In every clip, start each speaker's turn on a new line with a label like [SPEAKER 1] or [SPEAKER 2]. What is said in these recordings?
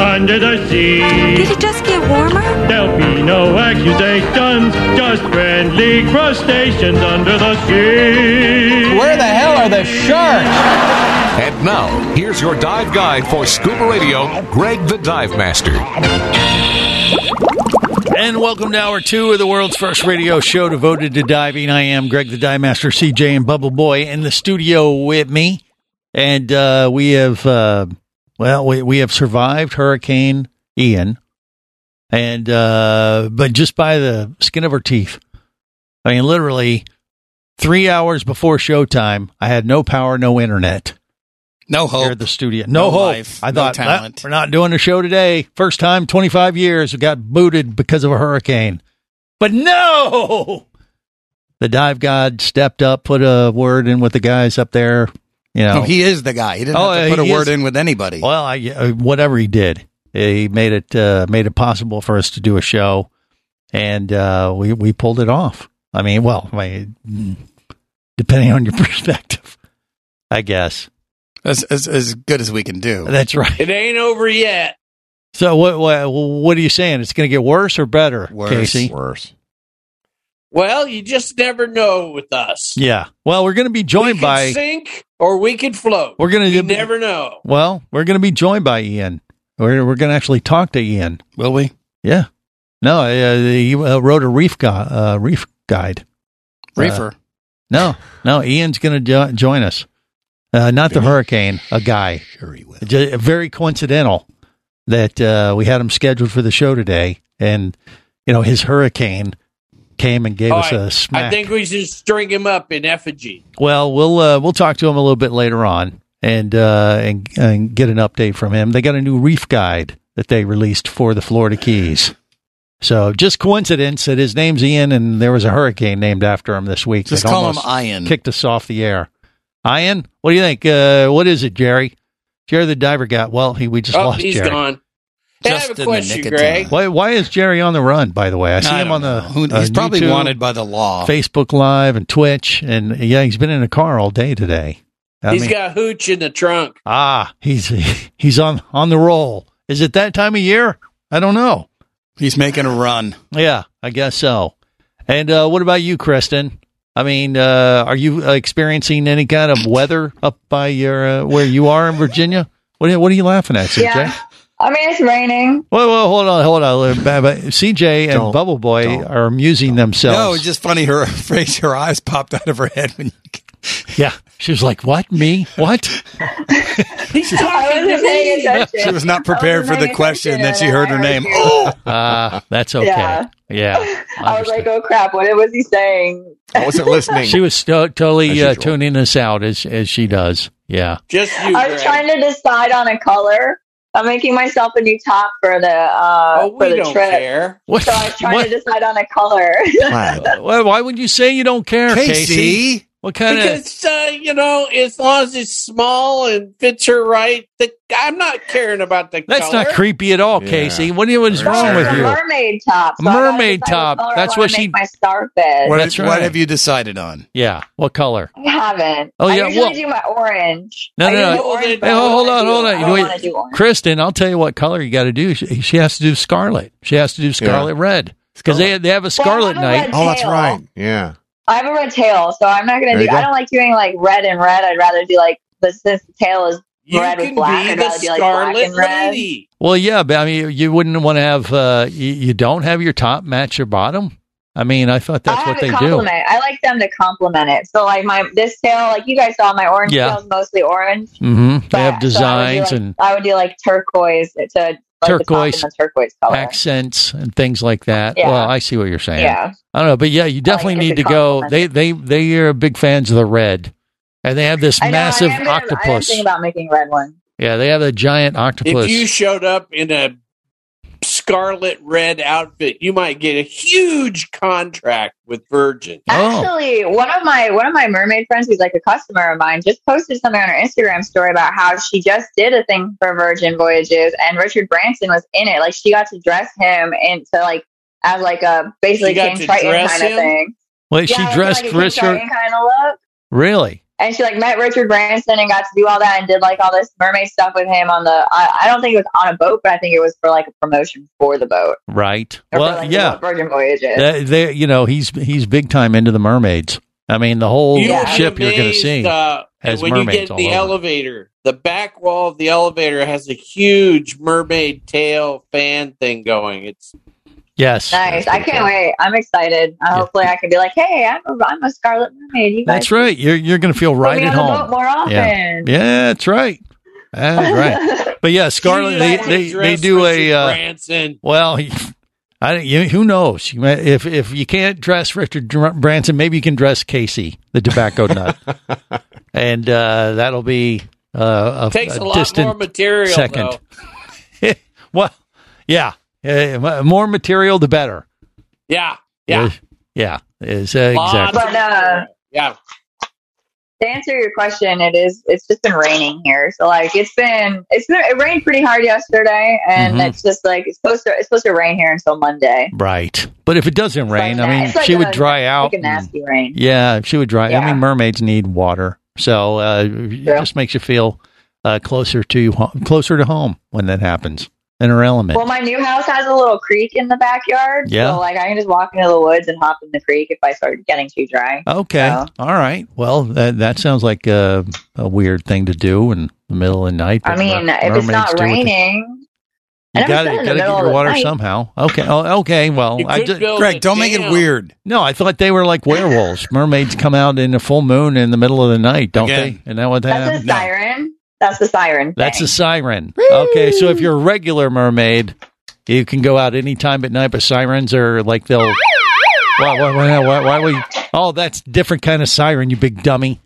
[SPEAKER 1] under the sea.
[SPEAKER 2] Did it just get warmer?
[SPEAKER 1] There'll be no accusations, just friendly crustaceans under the sea.
[SPEAKER 3] Where the hell are the sharks?
[SPEAKER 4] And now, here's your dive guide for scuba radio, Greg the Dive Master.
[SPEAKER 5] And welcome to hour two of the world's first radio show devoted to diving. I am Greg the Dive Master, CJ, and Bubble Boy in the studio with me. And uh, we have, uh, well, we, we have survived Hurricane Ian, and uh, but just by the skin of our teeth. I mean, literally three hours before showtime, I had no power, no internet
[SPEAKER 6] No
[SPEAKER 5] here
[SPEAKER 6] hope.
[SPEAKER 5] at the studio. No,
[SPEAKER 6] No
[SPEAKER 5] hope.
[SPEAKER 6] life,
[SPEAKER 5] I
[SPEAKER 6] no
[SPEAKER 5] thought "Nah,
[SPEAKER 6] talent."
[SPEAKER 5] we're not doing a show today. First time, twenty five years, we got booted because of a hurricane. But no, the dive god stepped up, put a word in with the guys up there. You know,
[SPEAKER 6] No, Oh, he is the guy. He didn't
[SPEAKER 5] Oh,
[SPEAKER 6] have
[SPEAKER 5] uh,
[SPEAKER 6] to put
[SPEAKER 5] he
[SPEAKER 6] a word
[SPEAKER 5] is-
[SPEAKER 6] in with anybody.
[SPEAKER 5] well, I, uh, whatever he did, he made it uh, made it possible for us to do a show, and uh, we we pulled it off. I mean, well, I, depending on your perspective, I guess
[SPEAKER 6] As, as, as good as we can do.
[SPEAKER 5] that's right.
[SPEAKER 7] It ain't over yet.
[SPEAKER 5] So what what what are you saying? It's going to get worse or better,
[SPEAKER 6] Worse.
[SPEAKER 5] Casey?
[SPEAKER 3] Worse.
[SPEAKER 7] Well, you just never know with us.
[SPEAKER 5] Yeah. Well, we're going to be
[SPEAKER 7] we
[SPEAKER 5] joined
[SPEAKER 7] could
[SPEAKER 5] by
[SPEAKER 7] sink or we could float.
[SPEAKER 5] We're gonna
[SPEAKER 7] you
[SPEAKER 5] do-
[SPEAKER 7] never know.
[SPEAKER 5] well, we're going to be joined by Ian. We're we're going to actually talk to Ian.
[SPEAKER 6] Will we?
[SPEAKER 5] Yeah. No, uh, he uh, wrote a reef gu- uh, reef guide. Uh,
[SPEAKER 6] Reefer.
[SPEAKER 5] No, no, Ian's going to jo- join us. Uh, not the hurricane, a guy.
[SPEAKER 6] sure he will.
[SPEAKER 5] J- very coincidental that uh, we had him scheduled for the show today, and you know his hurricane came and gave
[SPEAKER 7] All
[SPEAKER 5] us a
[SPEAKER 7] right.
[SPEAKER 5] uh, smack.
[SPEAKER 7] I think we should string him up in effigy.
[SPEAKER 5] Well, we'll uh, we'll talk to him a little bit later on and uh, and and get an update from him. They got a new reef guide that they released for the Florida Keys. So just coincidence that his name's Ian and there was a hurricane named after him this week.
[SPEAKER 6] Just
[SPEAKER 5] that
[SPEAKER 6] call him
[SPEAKER 5] almost
[SPEAKER 6] Ian.
[SPEAKER 5] Kicked us off the air. Ian, what do you think? Uh, what is it, Jerry? Jerry the diver got well. He we just
[SPEAKER 7] oh,
[SPEAKER 5] lost
[SPEAKER 7] he's
[SPEAKER 5] Jerry.
[SPEAKER 7] gone. Hey, I
[SPEAKER 6] Just
[SPEAKER 7] have
[SPEAKER 6] in the
[SPEAKER 7] a
[SPEAKER 6] nick
[SPEAKER 7] question,
[SPEAKER 6] of
[SPEAKER 7] Greg.
[SPEAKER 6] time.
[SPEAKER 5] Why why is Jerry on the run? By the way, I see
[SPEAKER 6] I
[SPEAKER 5] him
[SPEAKER 6] don't
[SPEAKER 5] on the
[SPEAKER 6] know. Who-
[SPEAKER 5] uh,
[SPEAKER 6] he's probably
[SPEAKER 5] YouTube.
[SPEAKER 6] wanted by the law.
[SPEAKER 5] Facebook Live and Twitch, and yeah, he's been in a car all day today. I
[SPEAKER 7] He's
[SPEAKER 5] mean,
[SPEAKER 7] got hooch in the trunk.
[SPEAKER 5] ah, he's he's on on the roll. Is it that time of year? I don't know.
[SPEAKER 6] He's making a run.
[SPEAKER 5] Yeah, I guess so. And uh, what about you, Kristen? I mean, uh, are you uh, experiencing any kind of weather up by your uh, where you are in Virginia? What are, what are you laughing at, CJ?
[SPEAKER 8] Yeah. I mean, it's raining.
[SPEAKER 5] Whoa, whoa, hold on, hold on. Uh, but CJ and
[SPEAKER 3] Don't,
[SPEAKER 5] Bubble Boy
[SPEAKER 3] don't,
[SPEAKER 5] are amusing themselves.
[SPEAKER 6] No, it's just funny. Her phrase, her eyes popped out of her head when you.
[SPEAKER 5] yeah. She was like, "What me? What?"
[SPEAKER 7] He's
[SPEAKER 8] I
[SPEAKER 7] talking to
[SPEAKER 8] wasn't
[SPEAKER 7] me.
[SPEAKER 8] paying attention.
[SPEAKER 6] She was not prepared for the
[SPEAKER 8] paying
[SPEAKER 6] question,
[SPEAKER 8] attention,
[SPEAKER 6] then she
[SPEAKER 8] and
[SPEAKER 6] heard her
[SPEAKER 8] I
[SPEAKER 6] name.
[SPEAKER 8] heard you.
[SPEAKER 6] Oh,
[SPEAKER 5] Ah, that's okay. Yeah.
[SPEAKER 8] Yeah. I was
[SPEAKER 5] understood.
[SPEAKER 8] like, oh crap, what was he saying?
[SPEAKER 3] I wasn't listening.
[SPEAKER 5] she was sto-
[SPEAKER 3] As
[SPEAKER 5] totally uh,
[SPEAKER 3] usual.
[SPEAKER 5] tuning us out as as she does. Yeah.
[SPEAKER 7] Just you,
[SPEAKER 8] I
[SPEAKER 7] Greg.
[SPEAKER 8] was trying to decide on a color. I'm making myself a new top for the uh,
[SPEAKER 7] oh,
[SPEAKER 8] for
[SPEAKER 7] we
[SPEAKER 8] the
[SPEAKER 7] don't
[SPEAKER 8] trip.
[SPEAKER 7] care.
[SPEAKER 5] What?
[SPEAKER 8] So I was trying
[SPEAKER 5] what-
[SPEAKER 8] to decide on a color.
[SPEAKER 3] Glad.
[SPEAKER 5] why, why would you say you don't care, Casey?
[SPEAKER 6] Casey.
[SPEAKER 5] What kind of?
[SPEAKER 7] Because uh, you know, as long as it's small and fits her right, the, I'm not caring about the
[SPEAKER 5] That's
[SPEAKER 7] color.
[SPEAKER 5] not creepy at all,
[SPEAKER 3] Yeah.
[SPEAKER 5] Casey. What, do you- what is
[SPEAKER 3] For
[SPEAKER 5] wrong
[SPEAKER 3] sure.
[SPEAKER 5] with
[SPEAKER 8] a
[SPEAKER 5] you?
[SPEAKER 8] mermaid top. So I gotta
[SPEAKER 5] Mermaid
[SPEAKER 8] decide
[SPEAKER 5] top.
[SPEAKER 8] color I
[SPEAKER 5] That's
[SPEAKER 8] wanna
[SPEAKER 5] what she-
[SPEAKER 8] make My scarf is.
[SPEAKER 6] What,
[SPEAKER 5] That's
[SPEAKER 6] what
[SPEAKER 5] right.
[SPEAKER 6] have you decided on?
[SPEAKER 5] Yeah. What color?
[SPEAKER 8] I haven't.
[SPEAKER 5] Oh, yeah,
[SPEAKER 8] I usually
[SPEAKER 5] well-
[SPEAKER 8] do my orange.
[SPEAKER 5] No,
[SPEAKER 8] I
[SPEAKER 5] no, no.
[SPEAKER 8] usually do orange, but
[SPEAKER 5] Hey,
[SPEAKER 8] I don't
[SPEAKER 5] hold
[SPEAKER 8] wanna
[SPEAKER 5] on,
[SPEAKER 8] do-
[SPEAKER 5] hold on.
[SPEAKER 8] I
[SPEAKER 5] You
[SPEAKER 8] don't
[SPEAKER 5] know,
[SPEAKER 8] wanna do orange.
[SPEAKER 5] Kristen, I'll tell you what color you got to do. She, she has to do scarlet. She has to do scarlet red because they they have a scarlet
[SPEAKER 8] Well, I have a
[SPEAKER 5] night.
[SPEAKER 8] red
[SPEAKER 3] Oh, that's
[SPEAKER 8] tail.
[SPEAKER 3] right. Yeah.
[SPEAKER 8] I have a red tail, so I'm not gonna
[SPEAKER 3] There you
[SPEAKER 8] do.
[SPEAKER 3] go.
[SPEAKER 8] I don't like doing like red and red. I'd rather do like the since the tail is
[SPEAKER 7] You
[SPEAKER 8] red with
[SPEAKER 7] can
[SPEAKER 8] black,
[SPEAKER 7] be
[SPEAKER 8] I'd
[SPEAKER 7] the
[SPEAKER 8] rather be, like, black
[SPEAKER 7] Scarlet
[SPEAKER 8] and red.
[SPEAKER 7] Lady.
[SPEAKER 5] Well, yeah, but I mean, you wouldn't want to have uh, you, you don't have your top match your bottom. I mean, I thought
[SPEAKER 8] I
[SPEAKER 5] that's
[SPEAKER 8] have
[SPEAKER 5] what
[SPEAKER 8] it
[SPEAKER 5] they do.
[SPEAKER 8] compliment. I like them to compliment it. So like my this tail, like you guys saw, my orange
[SPEAKER 5] Yeah.
[SPEAKER 8] tail is mostly orange.
[SPEAKER 5] Mm-hmm. They have
[SPEAKER 8] but- so I would do,
[SPEAKER 5] designs
[SPEAKER 8] like-
[SPEAKER 5] and
[SPEAKER 8] I would do like turquoise to like the top
[SPEAKER 5] Turquoise.
[SPEAKER 8] and the turquoise color.
[SPEAKER 5] accents and things like that.
[SPEAKER 8] Yeah.
[SPEAKER 5] Well, I see what you're saying.
[SPEAKER 8] yeah.
[SPEAKER 5] I don't know, but yeah, you definitely
[SPEAKER 8] it's a
[SPEAKER 5] need to
[SPEAKER 8] good
[SPEAKER 5] go. They
[SPEAKER 8] compliment.
[SPEAKER 5] they they are big fans of the red, and they have this
[SPEAKER 8] I know, I
[SPEAKER 5] massive
[SPEAKER 8] am- I am
[SPEAKER 5] octopus.
[SPEAKER 8] thinking about making red one.
[SPEAKER 5] yeah, they have a giant octopus.
[SPEAKER 7] If you showed up in a scarlet red outfit, you might get a huge contract with Virgin.
[SPEAKER 5] Oh.
[SPEAKER 8] Actually, one of my one of my mermaid friends, who's like a customer of mine, just posted something on her Instagram story about how she just did a thing for Virgin Voyages, and Richard Branson was in it. Like she got to dress him into like as like a basically
[SPEAKER 7] She got
[SPEAKER 8] King
[SPEAKER 7] to
[SPEAKER 8] Triton
[SPEAKER 7] dress
[SPEAKER 8] kind
[SPEAKER 7] him?
[SPEAKER 8] of thing.
[SPEAKER 5] Wait,
[SPEAKER 8] Yeah,
[SPEAKER 5] she
[SPEAKER 8] she
[SPEAKER 5] dressed
[SPEAKER 8] like a King
[SPEAKER 5] Richard.
[SPEAKER 8] Triton kind of look.
[SPEAKER 5] Really?
[SPEAKER 8] And she like met Richard Branson and got to do all that and did like all this mermaid stuff with him on the. I, I don't think it was on a boat, but I think it was for like a promotion for the boat.
[SPEAKER 5] Right.
[SPEAKER 8] Or
[SPEAKER 5] well,
[SPEAKER 8] for, like,
[SPEAKER 5] Uh, yeah.
[SPEAKER 8] Virgin Voyages.
[SPEAKER 5] They, they- you know, he's he's big time into the mermaids. I mean, the whole
[SPEAKER 7] You would
[SPEAKER 8] Yeah.
[SPEAKER 7] be
[SPEAKER 5] ship you're going to
[SPEAKER 7] amazed,
[SPEAKER 5] see.
[SPEAKER 7] uh,
[SPEAKER 5] has
[SPEAKER 7] when you
[SPEAKER 5] mermaids
[SPEAKER 7] get in the
[SPEAKER 5] all over.
[SPEAKER 7] elevator, the back wall of the elevator has a huge mermaid tail fan thing going. It's
[SPEAKER 5] yes.
[SPEAKER 8] Nice. I can't wait. I'm excited. Uh, hopefully, I can be like, hey, I'm a, I'm a Scarlet Mermaid. You guys
[SPEAKER 5] That's right. You're you're going to feel
[SPEAKER 8] put
[SPEAKER 5] right
[SPEAKER 8] me
[SPEAKER 5] at
[SPEAKER 8] on the boat
[SPEAKER 5] home.
[SPEAKER 8] more often.
[SPEAKER 5] Yeah, that's right. That's right. But yeah, Scarlet.
[SPEAKER 7] You
[SPEAKER 5] They
[SPEAKER 7] gotta
[SPEAKER 5] they, they
[SPEAKER 7] dress
[SPEAKER 5] do a.
[SPEAKER 7] Richard
[SPEAKER 5] Uh,
[SPEAKER 7] Branson.
[SPEAKER 5] Well, I you, who knows? You may, if if you can't dress Richard Dr- Branson, maybe you can dress Casey, the tobacco nut, and uh, that'll be uh, a,
[SPEAKER 7] Takes a,
[SPEAKER 5] a
[SPEAKER 7] lot
[SPEAKER 5] distant
[SPEAKER 7] more material.
[SPEAKER 5] second.
[SPEAKER 7] Though.
[SPEAKER 5] well, yeah, eh, mo- more material the better.
[SPEAKER 7] Yeah, yeah,
[SPEAKER 5] Is- yeah, is uh,
[SPEAKER 7] Lot
[SPEAKER 5] exactly.
[SPEAKER 7] of
[SPEAKER 8] But, uh,
[SPEAKER 7] yeah.
[SPEAKER 8] to answer your question, it is. It's just been raining here, so like it's been it's been it rained pretty hard yesterday, and
[SPEAKER 5] Mhm.
[SPEAKER 8] it's just like it's supposed to it's supposed to rain here until Monday.
[SPEAKER 5] Right, but if it doesn't rain,
[SPEAKER 8] like
[SPEAKER 5] I
[SPEAKER 8] that.
[SPEAKER 5] mean,
[SPEAKER 8] It's like
[SPEAKER 5] she would
[SPEAKER 8] a-
[SPEAKER 5] dry out.
[SPEAKER 8] Like a
[SPEAKER 5] and-
[SPEAKER 8] nasty rain.
[SPEAKER 5] Yeah, she would dry. I
[SPEAKER 8] Yeah.
[SPEAKER 5] mean, mermaids need water, so uh, it
[SPEAKER 8] Yeah.
[SPEAKER 5] just makes you feel uh, closer to ho- closer to home when that happens in her element.
[SPEAKER 8] Well, my new house has a little creek in the backyard,
[SPEAKER 5] Yeah.
[SPEAKER 8] so like I can just walk into the woods and hop in the creek if I start getting too dry.
[SPEAKER 5] okay,
[SPEAKER 8] Yeah.
[SPEAKER 5] all right. Well, that that sounds like a, a weird thing to do in the middle of the night.
[SPEAKER 8] I
[SPEAKER 5] but
[SPEAKER 8] mean,
[SPEAKER 5] mer-
[SPEAKER 8] if
[SPEAKER 5] mermaids
[SPEAKER 8] it's not
[SPEAKER 5] do what they-
[SPEAKER 8] raining,
[SPEAKER 5] you
[SPEAKER 8] and if
[SPEAKER 5] got to got
[SPEAKER 8] it's not in
[SPEAKER 5] to
[SPEAKER 8] the
[SPEAKER 5] get
[SPEAKER 8] middle of
[SPEAKER 5] your
[SPEAKER 8] the
[SPEAKER 5] water
[SPEAKER 8] night-
[SPEAKER 5] somehow. Okay, oh, okay. Well,
[SPEAKER 7] You
[SPEAKER 5] I
[SPEAKER 7] could
[SPEAKER 5] just,
[SPEAKER 7] build a
[SPEAKER 6] Greg, don't make it
[SPEAKER 7] dam.
[SPEAKER 6] weird.
[SPEAKER 5] no, I thought they were like werewolves. mermaids come out in the full moon in the middle of the night, don't
[SPEAKER 6] Again.
[SPEAKER 5] they? And that what they
[SPEAKER 8] That's a
[SPEAKER 6] no.
[SPEAKER 8] siren. That's the siren.
[SPEAKER 5] That's
[SPEAKER 8] thing.
[SPEAKER 5] a siren. Okay, so if you're a regular mermaid, you can go out any time at night, but sirens are like they'll. Why, why, why, why, why would you- Oh, that's different kind of siren, you big dummy.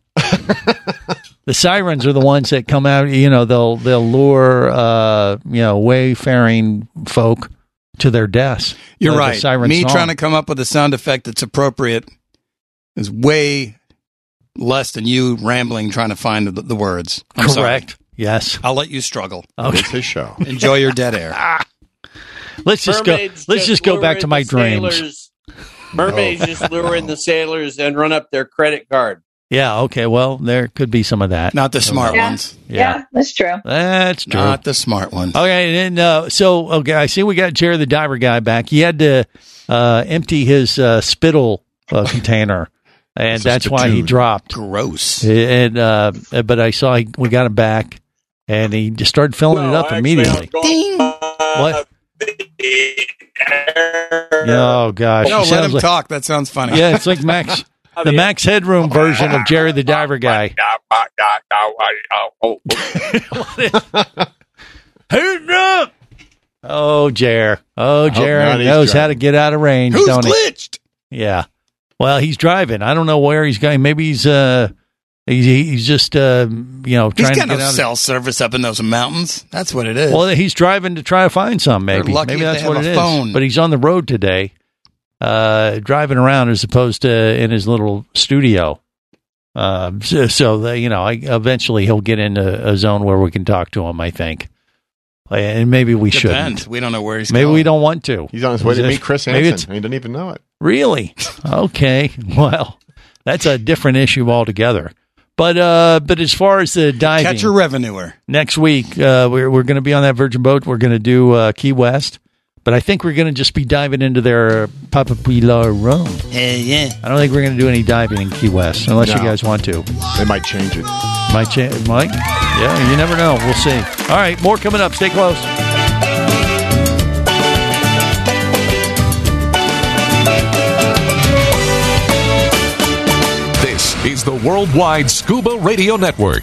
[SPEAKER 5] the sirens are the ones that come out. You know, they'll they'll lure uh, you know wayfaring folk to their deaths.
[SPEAKER 6] You're
[SPEAKER 5] Like Uh, the
[SPEAKER 6] right.
[SPEAKER 5] siren
[SPEAKER 6] Me
[SPEAKER 5] song.
[SPEAKER 6] trying to come up with a sound effect that's appropriate is way less than you rambling trying to find the, the words. I'm sorry.
[SPEAKER 5] correct. Yes.
[SPEAKER 6] I'll let you struggle.
[SPEAKER 5] Okay.
[SPEAKER 3] It's his show.
[SPEAKER 6] Enjoy your dead air.
[SPEAKER 5] Let's just go.
[SPEAKER 7] Mermaids
[SPEAKER 5] Let's just go
[SPEAKER 7] lure
[SPEAKER 5] back
[SPEAKER 7] in
[SPEAKER 5] to my
[SPEAKER 7] the
[SPEAKER 5] dreams.
[SPEAKER 7] sailors. Mermaids just lure in the sailors and run up their credit card.
[SPEAKER 5] Yeah. Okay. Well, there could be some of that.
[SPEAKER 6] Not the smart
[SPEAKER 8] Yeah.
[SPEAKER 6] ones.
[SPEAKER 8] yeah. that's true.
[SPEAKER 5] That's true.
[SPEAKER 6] Not the smart ones.
[SPEAKER 5] Okay, and uh, so okay, I see we got Jerry the diver guy back. He had to uh, empty his uh, spittle uh, container, and
[SPEAKER 6] This is
[SPEAKER 5] that's
[SPEAKER 6] the
[SPEAKER 5] why he
[SPEAKER 6] dude.
[SPEAKER 5] dropped.
[SPEAKER 6] Gross.
[SPEAKER 5] And uh, but I saw he, we got him back, and he just started filling it up immediately. What? Oh gosh!
[SPEAKER 6] No,
[SPEAKER 5] He
[SPEAKER 6] let
[SPEAKER 5] sounds
[SPEAKER 6] him
[SPEAKER 5] like-
[SPEAKER 6] talk. That sounds funny.
[SPEAKER 5] Yeah, it's like Max, the Max Headroom version of Jerry the diver guy. Who's up? Oh, Jer. Oh,
[SPEAKER 3] not
[SPEAKER 5] Jer
[SPEAKER 3] he's
[SPEAKER 5] knows how to
[SPEAKER 3] driving.
[SPEAKER 5] get out of range,
[SPEAKER 6] Who's
[SPEAKER 5] don't he?
[SPEAKER 6] glitched?
[SPEAKER 5] Yeah. Well, he's driving. I don't know where he's going. Maybe he's uh he's, he's just uh you know
[SPEAKER 6] He's
[SPEAKER 5] trying
[SPEAKER 6] got
[SPEAKER 5] to
[SPEAKER 6] no
[SPEAKER 5] get out. of-
[SPEAKER 6] cell service up in those mountains. That's what it is.
[SPEAKER 5] well, he's driving to try to find some.
[SPEAKER 6] They're
[SPEAKER 5] Maybe
[SPEAKER 6] lucky
[SPEAKER 5] maybe
[SPEAKER 6] if
[SPEAKER 5] that's
[SPEAKER 6] they
[SPEAKER 5] what
[SPEAKER 6] have
[SPEAKER 5] it
[SPEAKER 6] a
[SPEAKER 5] is.
[SPEAKER 6] phone.
[SPEAKER 5] But he's on the road today, uh driving around as opposed to in his little studio. Uh, so, so the, you know, I, eventually he'll get in a, a zone where we can talk to him. I think, and maybe we
[SPEAKER 6] Depends.
[SPEAKER 5] shouldn't.
[SPEAKER 6] We don't know where he's
[SPEAKER 5] Maybe
[SPEAKER 6] going.
[SPEAKER 5] we don't want to.
[SPEAKER 3] He's on his way to meet Chris
[SPEAKER 5] Maybe
[SPEAKER 3] Hansen.
[SPEAKER 5] it's-
[SPEAKER 3] and He didn't even know it.
[SPEAKER 5] Really? Okay. Well, that's a different issue altogether. But uh, but as far as the diving
[SPEAKER 6] Catch a revenuer.
[SPEAKER 5] next week, uh, we're we're going to be on that Virgin boat. We're going to do uh, Key West, but I think we're going to just be diving into their Papa Pilar Rome.
[SPEAKER 6] Hey, yeah.
[SPEAKER 5] I don't think we're going to do any diving in Key West unless you
[SPEAKER 3] No.
[SPEAKER 5] guys want to.
[SPEAKER 3] They might change it.
[SPEAKER 5] Mike, cha- Mike, yeah, you never know. We'll see. All right, more coming up. Stay close.
[SPEAKER 4] This is the Worldwide Scuba Radio Network.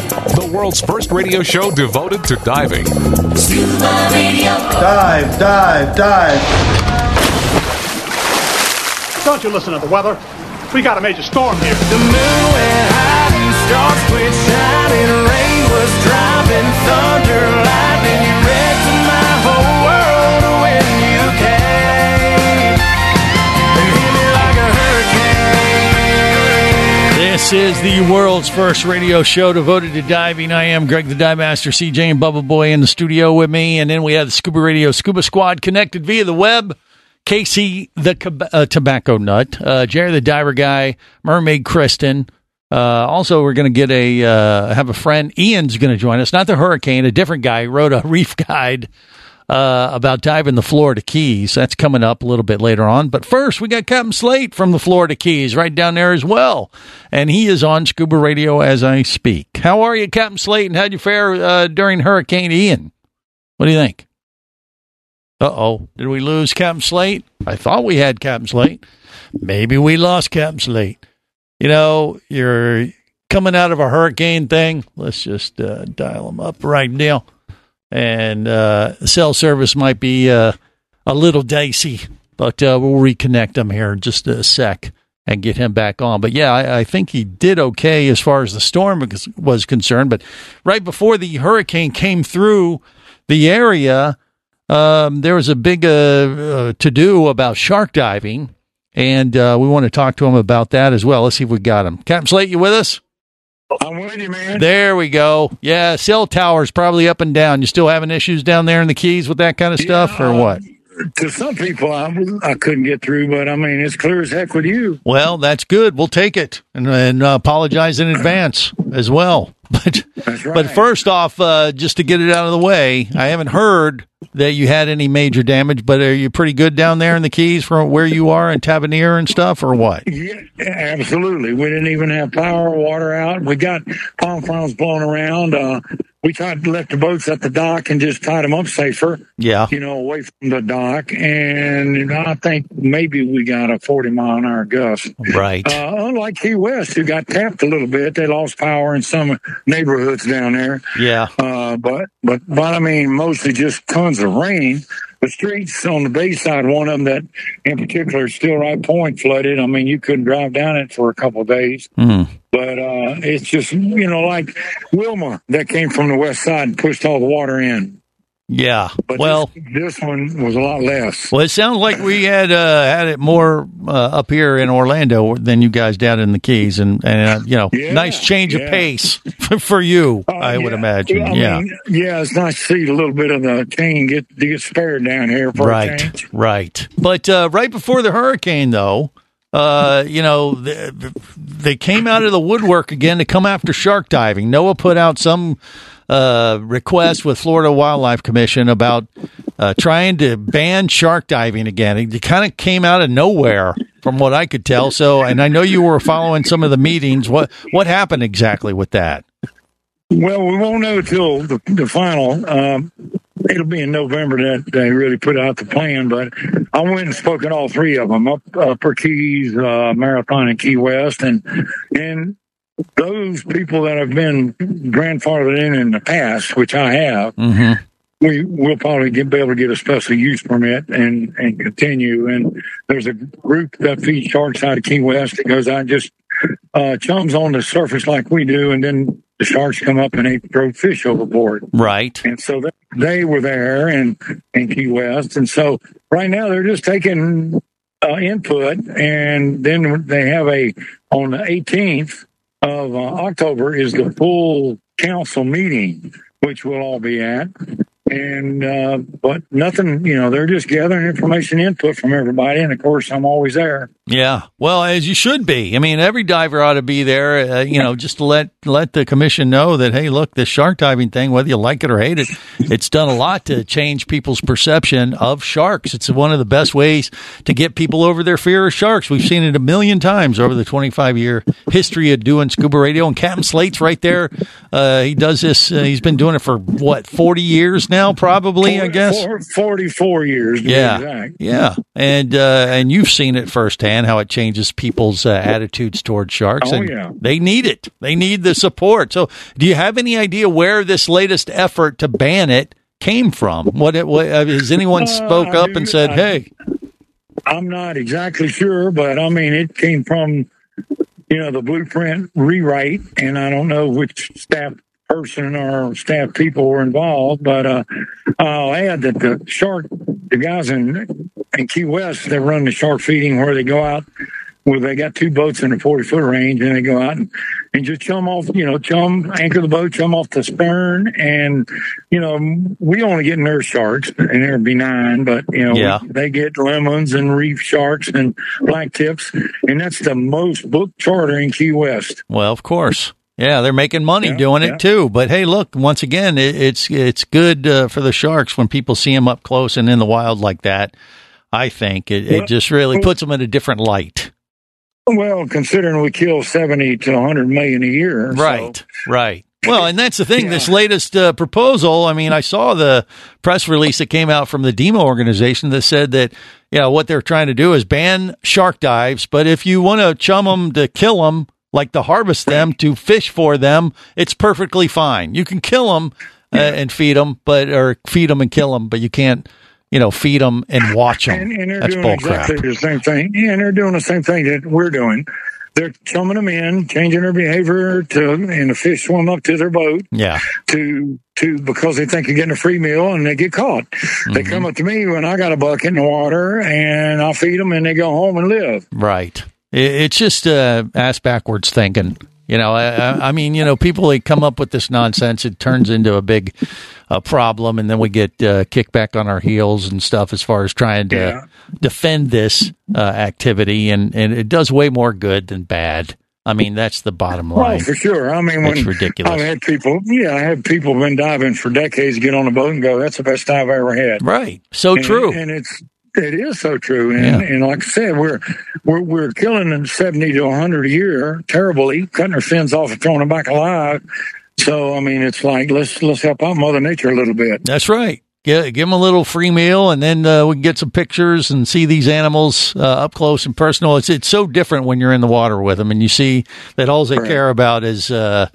[SPEAKER 4] The world's first radio show devoted to diving.
[SPEAKER 9] Dive, dive, dive. Don't you listen to the weather. We got a major storm here.
[SPEAKER 5] This is the world's first radio show devoted to diving. I am Greg the Dive Master, CJ and Bubble Boy in the studio with me. And then we have the Scuba Radio Scuba Squad connected via the web. Casey the Cab- uh, Tobacco Nut, uh, Jerry the Diver Guy, Mermaid Kristen. Uh, also, we're going to get a uh, have a friend. Ian's going to join us. Not the hurricane, a different guy wrote a reef guide uh, about diving the Florida Keys. That's coming up a little bit later on. But first, we got Captain Slate from the Florida Keys right down there as well. And he is on scuba radio as I speak. How are you, Captain Slate? And how'd you fare uh, during Hurricane Ian? What do you think? Uh oh. Did we lose Captain Slate? I thought we had Captain Slate. Maybe we lost Captain Slate. You know, you're coming out of a hurricane thing. Let's just uh, dial him up right now and uh, cell service might be uh, a little dicey, but uh, we'll reconnect him here in just a sec and get him back on. But yeah, I, I think he did okay as far as the storm was- was concerned. But right before the hurricane came through the area, um, there was a big uh, uh, to do about shark diving. And uh, we want to talk to him about that as well. Let's see if we got him. Captain Slate, you with us?
[SPEAKER 9] I'm with you, man.
[SPEAKER 5] There we go. Yeah, cell towers probably up and down. You still having issues down there in the keys with that kind of stuff, or what?
[SPEAKER 9] To some people, I, I couldn't get through, but I mean, it's clear as heck with you.
[SPEAKER 5] Well, that's good. We'll take it and, and uh, apologize in advance as well. But
[SPEAKER 9] That's right.
[SPEAKER 5] but first off, uh, just to get it out of the way, I haven't heard that you had any major damage. But are you pretty good down there in the keys from where you are in Tavernier and stuff, or what?
[SPEAKER 9] Yeah, absolutely. We didn't even have power or water out. We got palm fronds blown around. Uh, we tried to left the boats at the dock and just tied them up safer,
[SPEAKER 5] Yeah.
[SPEAKER 9] you know, away from the dock. And I think maybe we got a 40 mile an hour gust.
[SPEAKER 5] Right.
[SPEAKER 9] Uh, unlike Key West, who got tapped a little bit, they lost power in some neighborhoods down there.
[SPEAKER 5] Yeah.
[SPEAKER 9] Uh, but, but, but I mean, mostly just tons of rain. the streets on the bay side, one of them that in particular is still right point flooded. I mean, you couldn't drive down it for a couple of days.
[SPEAKER 3] Hmm.
[SPEAKER 9] But uh, it's just, you know, like Wilma that came from the west side and pushed all the water in.
[SPEAKER 5] Yeah.
[SPEAKER 9] But well, this, this one was a lot less.
[SPEAKER 5] Well, it sounds like we had uh, had it more uh, up here in Orlando than you guys down in the Keys, and and uh, you know, nice change of
[SPEAKER 9] yeah. Oh,
[SPEAKER 5] pace for you, I would imagine.
[SPEAKER 9] I
[SPEAKER 5] yeah,
[SPEAKER 9] mean, yeah, it's nice to see a little bit of the cane get get spared down here for a change.
[SPEAKER 5] right, right. But uh, right before the hurricane, though, uh, you know, th- they came out of the woodwork again to come after shark diving. NOAA put out some uh, request with Florida Wildlife Commission about uh, trying to ban shark diving again. It kind of came out of nowhere, from what I could tell. So, and I know you were following some of the meetings. What what happened exactly with that?
[SPEAKER 9] Well, we won't know till the, the final. Um, it'll be in November that they really put out the plan. But I went and spoke at all three of them: up, Upper Keys, uh, Marathon, and Key West, and and those people that have been grandfathered in in the past, which I have.
[SPEAKER 10] Mm-hmm.
[SPEAKER 9] we will probably get, be able to get a special use permit and, and continue. And there's a group that feeds sharks out of Key West that goes out and just uh, chums on the surface like we do, and then the sharks come up and they throw fish overboard.
[SPEAKER 5] Right.
[SPEAKER 9] And so they, they were there in, in Key West. And so right now they're just taking uh, input. And then they have a, on the 18th of uh, October is the full council meeting, which we'll all be at. And, uh, but nothing, you know, they're just gathering information input from everybody. And of course, I'm always there.
[SPEAKER 5] Yeah, well, as you should be. I mean, every diver ought to be there. Uh, you know, just to let let the commission know that hey, look, this shark diving thing, whether you like it or hate it, it's done a lot to change people's perception of sharks. It's one of the best ways to get people over their fear of sharks. We've seen it a million times over the twenty five year history of doing scuba radio. And Captain Slate's right there. Uh, he does this. Uh, he's been doing it for what forty years now, probably. I guess.
[SPEAKER 9] Four- 44 years. to be
[SPEAKER 5] Yeah,
[SPEAKER 9] exact.
[SPEAKER 5] yeah, and uh, and you've seen it firsthand how it changes people's uh, attitudes toward sharks.
[SPEAKER 9] Oh,
[SPEAKER 5] and
[SPEAKER 9] yeah.
[SPEAKER 5] they need it. They need the support. So, do you have any idea where this latest effort to ban it came from? What, it, what uh, has anyone
[SPEAKER 9] Uh,
[SPEAKER 5] spoke
[SPEAKER 9] I
[SPEAKER 5] up
[SPEAKER 9] do-
[SPEAKER 5] and said,
[SPEAKER 9] I-
[SPEAKER 5] "Hey,
[SPEAKER 9] I'm not exactly sure, but I mean, it came from, you know, the blueprint rewrite, and I don't know which staff person or staff people were involved, but uh, I'll add that the shark, the guys in, in Key West, they run the shark feeding where they go out. Well, they got two boats in the 40 foot range and they go out and, and just chum off, you know, chum, anchor the boat, chum off the stern. And, you know, we only get nurse sharks and they're benign, but, you know,
[SPEAKER 5] Yeah.
[SPEAKER 9] they get lemons and reef sharks and black tips. And that's the most booked charter in Key West.
[SPEAKER 5] well, of course." Yeah, they're making money doing
[SPEAKER 9] yeah.
[SPEAKER 5] it too. But hey, look, once again, it, it's it's good uh, for the sharks when people see them up close and in the wild like that. I think it, it just really puts them in a different light.
[SPEAKER 9] Well, considering we kill 70 to 100 million a year. so-
[SPEAKER 5] Right, right. Well, and that's the thing. This latest uh, proposal. I mean, I saw the press release that came out from the DEMA organization that said that you know what they're trying to do is ban shark dives, but if you want to chum them to kill them, like to harvest them to fish for them, it's perfectly fine. You can kill them uh, and feed them, but or feed them and kill them, but you can't you know feed them and watch them.
[SPEAKER 9] And, and they're
[SPEAKER 5] That's
[SPEAKER 9] doing
[SPEAKER 5] bull crap.
[SPEAKER 9] exactly the same thing. Yeah, and they're doing the same thing that we're doing. They're chumming them in, changing their behavior to, and the fish swim up to their boat
[SPEAKER 5] Yeah.
[SPEAKER 9] to to because they think they're getting a free meal and they get caught.
[SPEAKER 5] Mm-hmm.
[SPEAKER 9] They come up to me when I got a bucket in the water and I feed them and they go home and live.
[SPEAKER 5] Right. It, it's just uh, ass backwards thinking. You know, I- I, I mean, you know, people they come up with this nonsense. It turns into a big uh, problem, and then we get uh, kicked back on our heels and stuff as far as trying to defend this uh, activity. And and it does way more good than bad. I mean, that's the bottom
[SPEAKER 9] Well,
[SPEAKER 5] line.
[SPEAKER 9] Oh, for sure. I mean, when
[SPEAKER 5] That's ridiculous.
[SPEAKER 9] I've had people, yeah, I have people been diving for decades, get on a boat and go, "That's the best dive I ever had."
[SPEAKER 5] Right. So
[SPEAKER 9] And-
[SPEAKER 5] true.
[SPEAKER 9] and it's it is so true. And,
[SPEAKER 5] Yeah.
[SPEAKER 9] and like I said, we're we're we're killing them seventy to hundred a year, terribly cutting their fins off and throwing them back alive. So I mean, it's like let's let's help out Mother Nature a little bit.
[SPEAKER 5] That's right. Give, give them a little free meal, and then uh, we can get some pictures and see these animals uh, up close and personal. It's it's so different when you're in the water with them, and you see that all they care about is uh,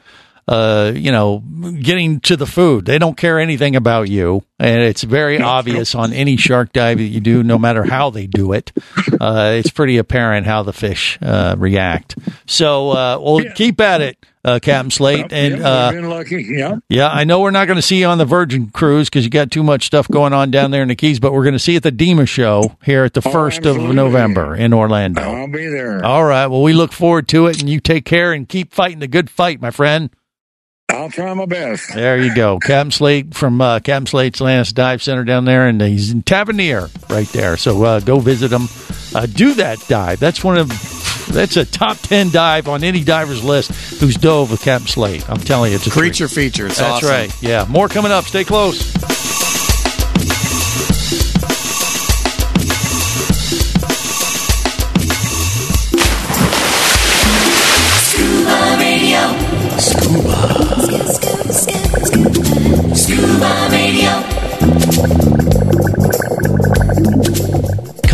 [SPEAKER 5] uh, you know, getting to the food. They don't care anything about you, and it's very obvious on any shark dive that you do, no matter how they do it. Uh, it's pretty apparent how the fish uh, react. So, uh, well, keep at it, uh, Captain Slate, and
[SPEAKER 9] I've
[SPEAKER 5] uh,
[SPEAKER 9] been lucky. Yeah.
[SPEAKER 5] yeah, I know we're not going to see you on the Virgin Cruise because you got too much stuff going on down there in the Keys, but we're going to see you at the DEMA show here at the first of November in Orlando.
[SPEAKER 9] I'll be there.
[SPEAKER 5] All right. Well, we look forward to it, and you take care and keep fighting the good fight, my friend.
[SPEAKER 9] I'll try my best.
[SPEAKER 5] There you go. Captain Slate from uh, Captain Slate's Lance Dive Center down there, and he's in Tavernier right there. So uh, go visit him. Uh, do that dive. That's one of that's a top ten dive on any diver's list who's dove with Captain Slate. I'm telling you, it's a
[SPEAKER 6] Creature feature. It's
[SPEAKER 5] That's
[SPEAKER 6] awesome.
[SPEAKER 5] right. Yeah. More coming up. Stay close.
[SPEAKER 10] Scuba Radio. Scuba. Scuba Radio.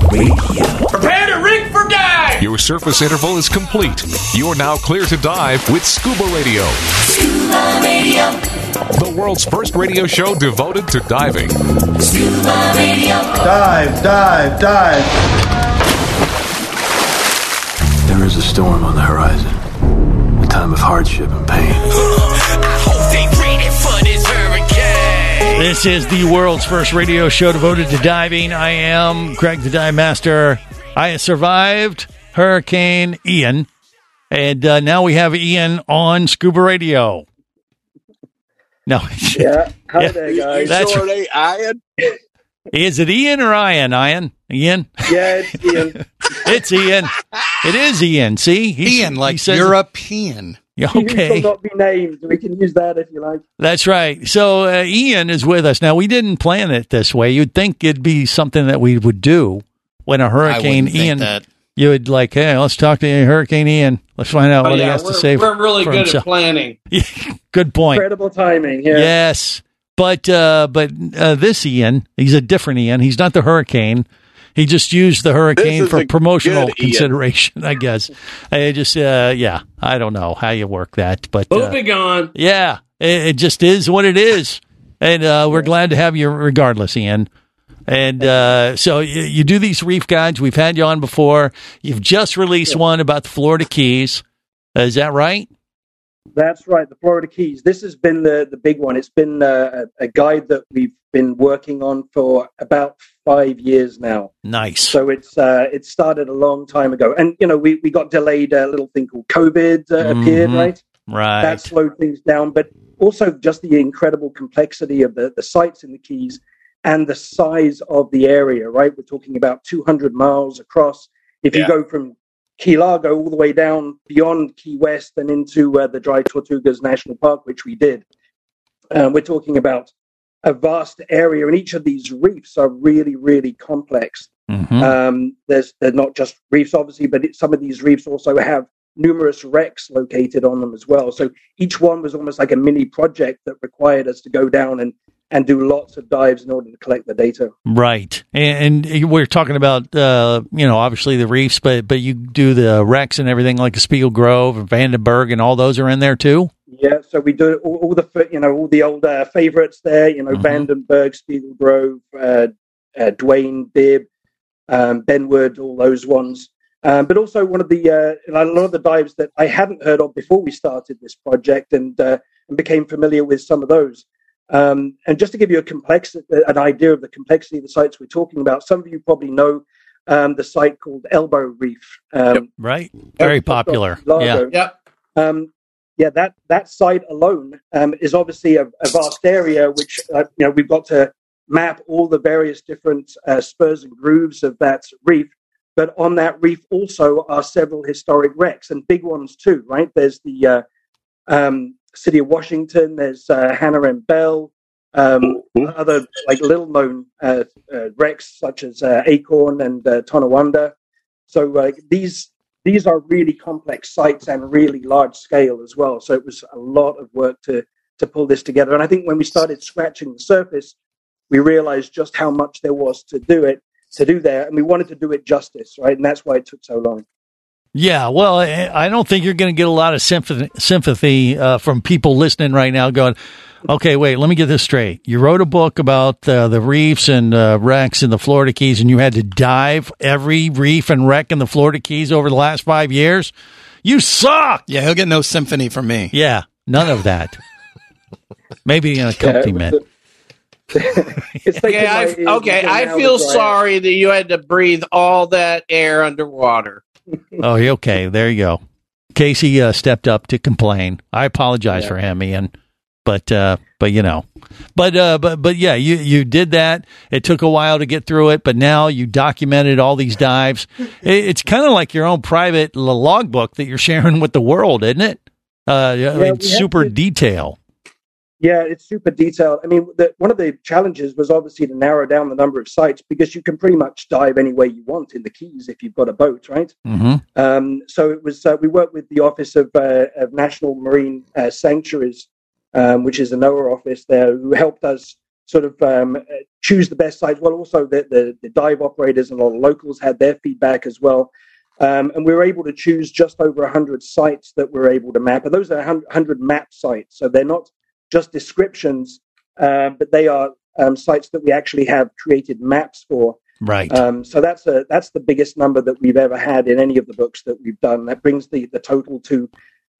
[SPEAKER 10] Prepare to rig for dive.
[SPEAKER 4] Your surface interval is complete. You are now clear to dive with Scuba Radio,
[SPEAKER 10] Scuba Radio.
[SPEAKER 4] the world's first radio show devoted to diving.
[SPEAKER 10] Scuba Radio.
[SPEAKER 11] Dive, dive, dive.
[SPEAKER 12] There is a storm on the horizon, a time of hardship and pain.
[SPEAKER 5] This is the world's first radio show devoted to diving. I am Greg the Dive Master. I survived Hurricane Ian, and uh, now we have Ian on Scuba Radio. No,
[SPEAKER 13] Yeah. How
[SPEAKER 5] Yeah.
[SPEAKER 13] there, guys?
[SPEAKER 5] That's right.
[SPEAKER 13] they iron?
[SPEAKER 5] is it Ian or Ian? Ian, Ian.
[SPEAKER 13] Yeah, it's Ian.
[SPEAKER 5] it's Ian. It is Ian. See, He-
[SPEAKER 13] Ian,
[SPEAKER 5] he
[SPEAKER 13] like
[SPEAKER 5] says-
[SPEAKER 13] European.
[SPEAKER 5] Yeah,
[SPEAKER 13] He
[SPEAKER 5] okay.
[SPEAKER 13] will not be named. We can use that if you like.
[SPEAKER 5] That's right. So uh, Ian is with us now. We didn't plan it this way. You'd think it'd be something that we would do when a hurricane
[SPEAKER 14] think
[SPEAKER 5] Ian.
[SPEAKER 14] that.
[SPEAKER 5] You would like, hey, let's talk to Hurricane Ian. Let's find out what he has
[SPEAKER 7] Oh, we're,
[SPEAKER 5] to say.
[SPEAKER 7] we're really
[SPEAKER 5] for
[SPEAKER 7] good
[SPEAKER 5] himself.
[SPEAKER 7] at planning.
[SPEAKER 5] Good point.
[SPEAKER 13] Incredible timing. Yeah.
[SPEAKER 5] Yes, but uh, but uh, this Ian, he's a different Ian. He's not the hurricane. He just used the hurricane
[SPEAKER 13] is a
[SPEAKER 5] for
[SPEAKER 13] good
[SPEAKER 5] promotional
[SPEAKER 13] Ian.
[SPEAKER 5] consideration, I guess. I just uh, yeah, I don't know how you work that, but uh,
[SPEAKER 7] Moving on.
[SPEAKER 5] yeah, it, it just is what it is, and uh, we're glad to have you, regardless, Ian. And uh, so you, you do these reef guides. We've had you on before. You've just released one about the Florida Keys. Is that right?
[SPEAKER 13] That's right. The Florida Keys. This has been the, the big one. It's been uh, a, a guide that we've been working on for about five years now.
[SPEAKER 5] Nice.
[SPEAKER 13] So it's uh, it started a long time ago, and you know we, we got delayed. A little thing called COVID uh, appeared,
[SPEAKER 5] Mhm.
[SPEAKER 13] right?
[SPEAKER 5] Right.
[SPEAKER 13] That slowed things down, but also just the incredible complexity of the, the sites in the Keys and the size of the area, right? We're talking about 200 miles across. If you
[SPEAKER 15] Yeah.
[SPEAKER 13] go from Key Largo all the way down beyond Key West and into uh, the Dry Tortugas National Park, which we did, um, we're talking about a vast area, and each of these reefs are really, really complex. Um, there's they're not just reefs, obviously, but it, some of these reefs also have numerous wrecks located on them as well. So each one was almost like a mini project that required us to go down and and do lots of dives in order to collect the data.
[SPEAKER 5] Right, and, and we're talking about uh, you know obviously the reefs, but but you do the wrecks and everything like the Spiegel Grove and Vandenberg and all those are in there too.
[SPEAKER 13] Yeah, so we do all, all the fa- you know all the old uh, favorites there. You know, Vandenberg, Spiegel Grove, uh, uh, Dwayne Bibb, um, Benwood, all those ones. Um, but also one of the uh, and a lot of the dives that I hadn't heard of before we started this project, and uh, and became familiar with some of those. Um, and just to give you a complex an idea of the complexity of the sites we're talking about, some of you probably know um, the site called Elbow Reef. Um,
[SPEAKER 5] right? Very popular. Yeah.
[SPEAKER 13] Largo. Yeah. Um, yeah, that, that site alone um, is obviously a, a vast area, which uh, you know we've got to map all the various different uh, spurs and grooves of that reef. But on that reef also are several historic wrecks and big ones too, right? There's the uh, um, city of Washington. There's uh, Hannah and Bell. Um, Other like little known uh, uh, wrecks such as uh, Acorn and uh, Tonawanda. So uh, these these are really complex sites and really large scale as well. So it was a lot of work to to pull this together. And I think when we started scratching the surface, we realized just how much there was to do it to do there, and we wanted to do it justice, right? And that's why it took so long.
[SPEAKER 5] Yeah, well, I I don't think you're going to get a lot of sympathy, sympathy uh, from people listening right now going, okay, wait, let me get this straight. You wrote a book about uh, the reefs and uh, wrecks in the Florida Keys, and you had to dive every reef and wreck in the Florida Keys over the last five years. You suck.
[SPEAKER 14] Yeah, he'll get no symphony from me.
[SPEAKER 5] Yeah, none of that. Maybe an accompaniment.
[SPEAKER 7] okay, I,
[SPEAKER 13] like-
[SPEAKER 7] okay,
[SPEAKER 13] it's
[SPEAKER 7] I
[SPEAKER 13] an
[SPEAKER 7] feel
[SPEAKER 13] hour's drive.
[SPEAKER 7] sorry that you had to breathe all that air underwater.
[SPEAKER 5] oh, you- okay. There you go. Casey uh, stepped up to complain. I apologize for him, Ian, but uh, but you know, but uh, but but yeah, you you did that. It took a while to get through it, but now you documented all these dives. It, it's kind of like your own private l- logbook that you're sharing with the world, isn't it? Uh, yeah, I
[SPEAKER 13] Yeah,
[SPEAKER 5] mean,
[SPEAKER 13] we have
[SPEAKER 5] super
[SPEAKER 13] to-
[SPEAKER 5] detail.
[SPEAKER 13] Yeah, it's super detailed. I mean, the, one of the challenges was obviously to narrow down the number of sites because you can pretty much dive any way you want in the Keys if you've got a boat, right?
[SPEAKER 5] Mm-hmm.
[SPEAKER 13] Um, so it was. Uh, we worked with the Office of, uh, of National Marine uh, Sanctuaries, um, which is the NOAA office there, who helped us sort of um, uh, choose the best sites. Well, also the, the, the dive operators and a lot of locals had their feedback as well. Um, and we were able to choose just over 100 sites that we're able to map. And those are 100 100 map sites. So they're not just descriptions, uh, but they are um, sites that we actually have created maps for.
[SPEAKER 5] Right.
[SPEAKER 13] Um, so that's a, that's the biggest number that we've ever had in any of the books that we've done. That brings the, the total to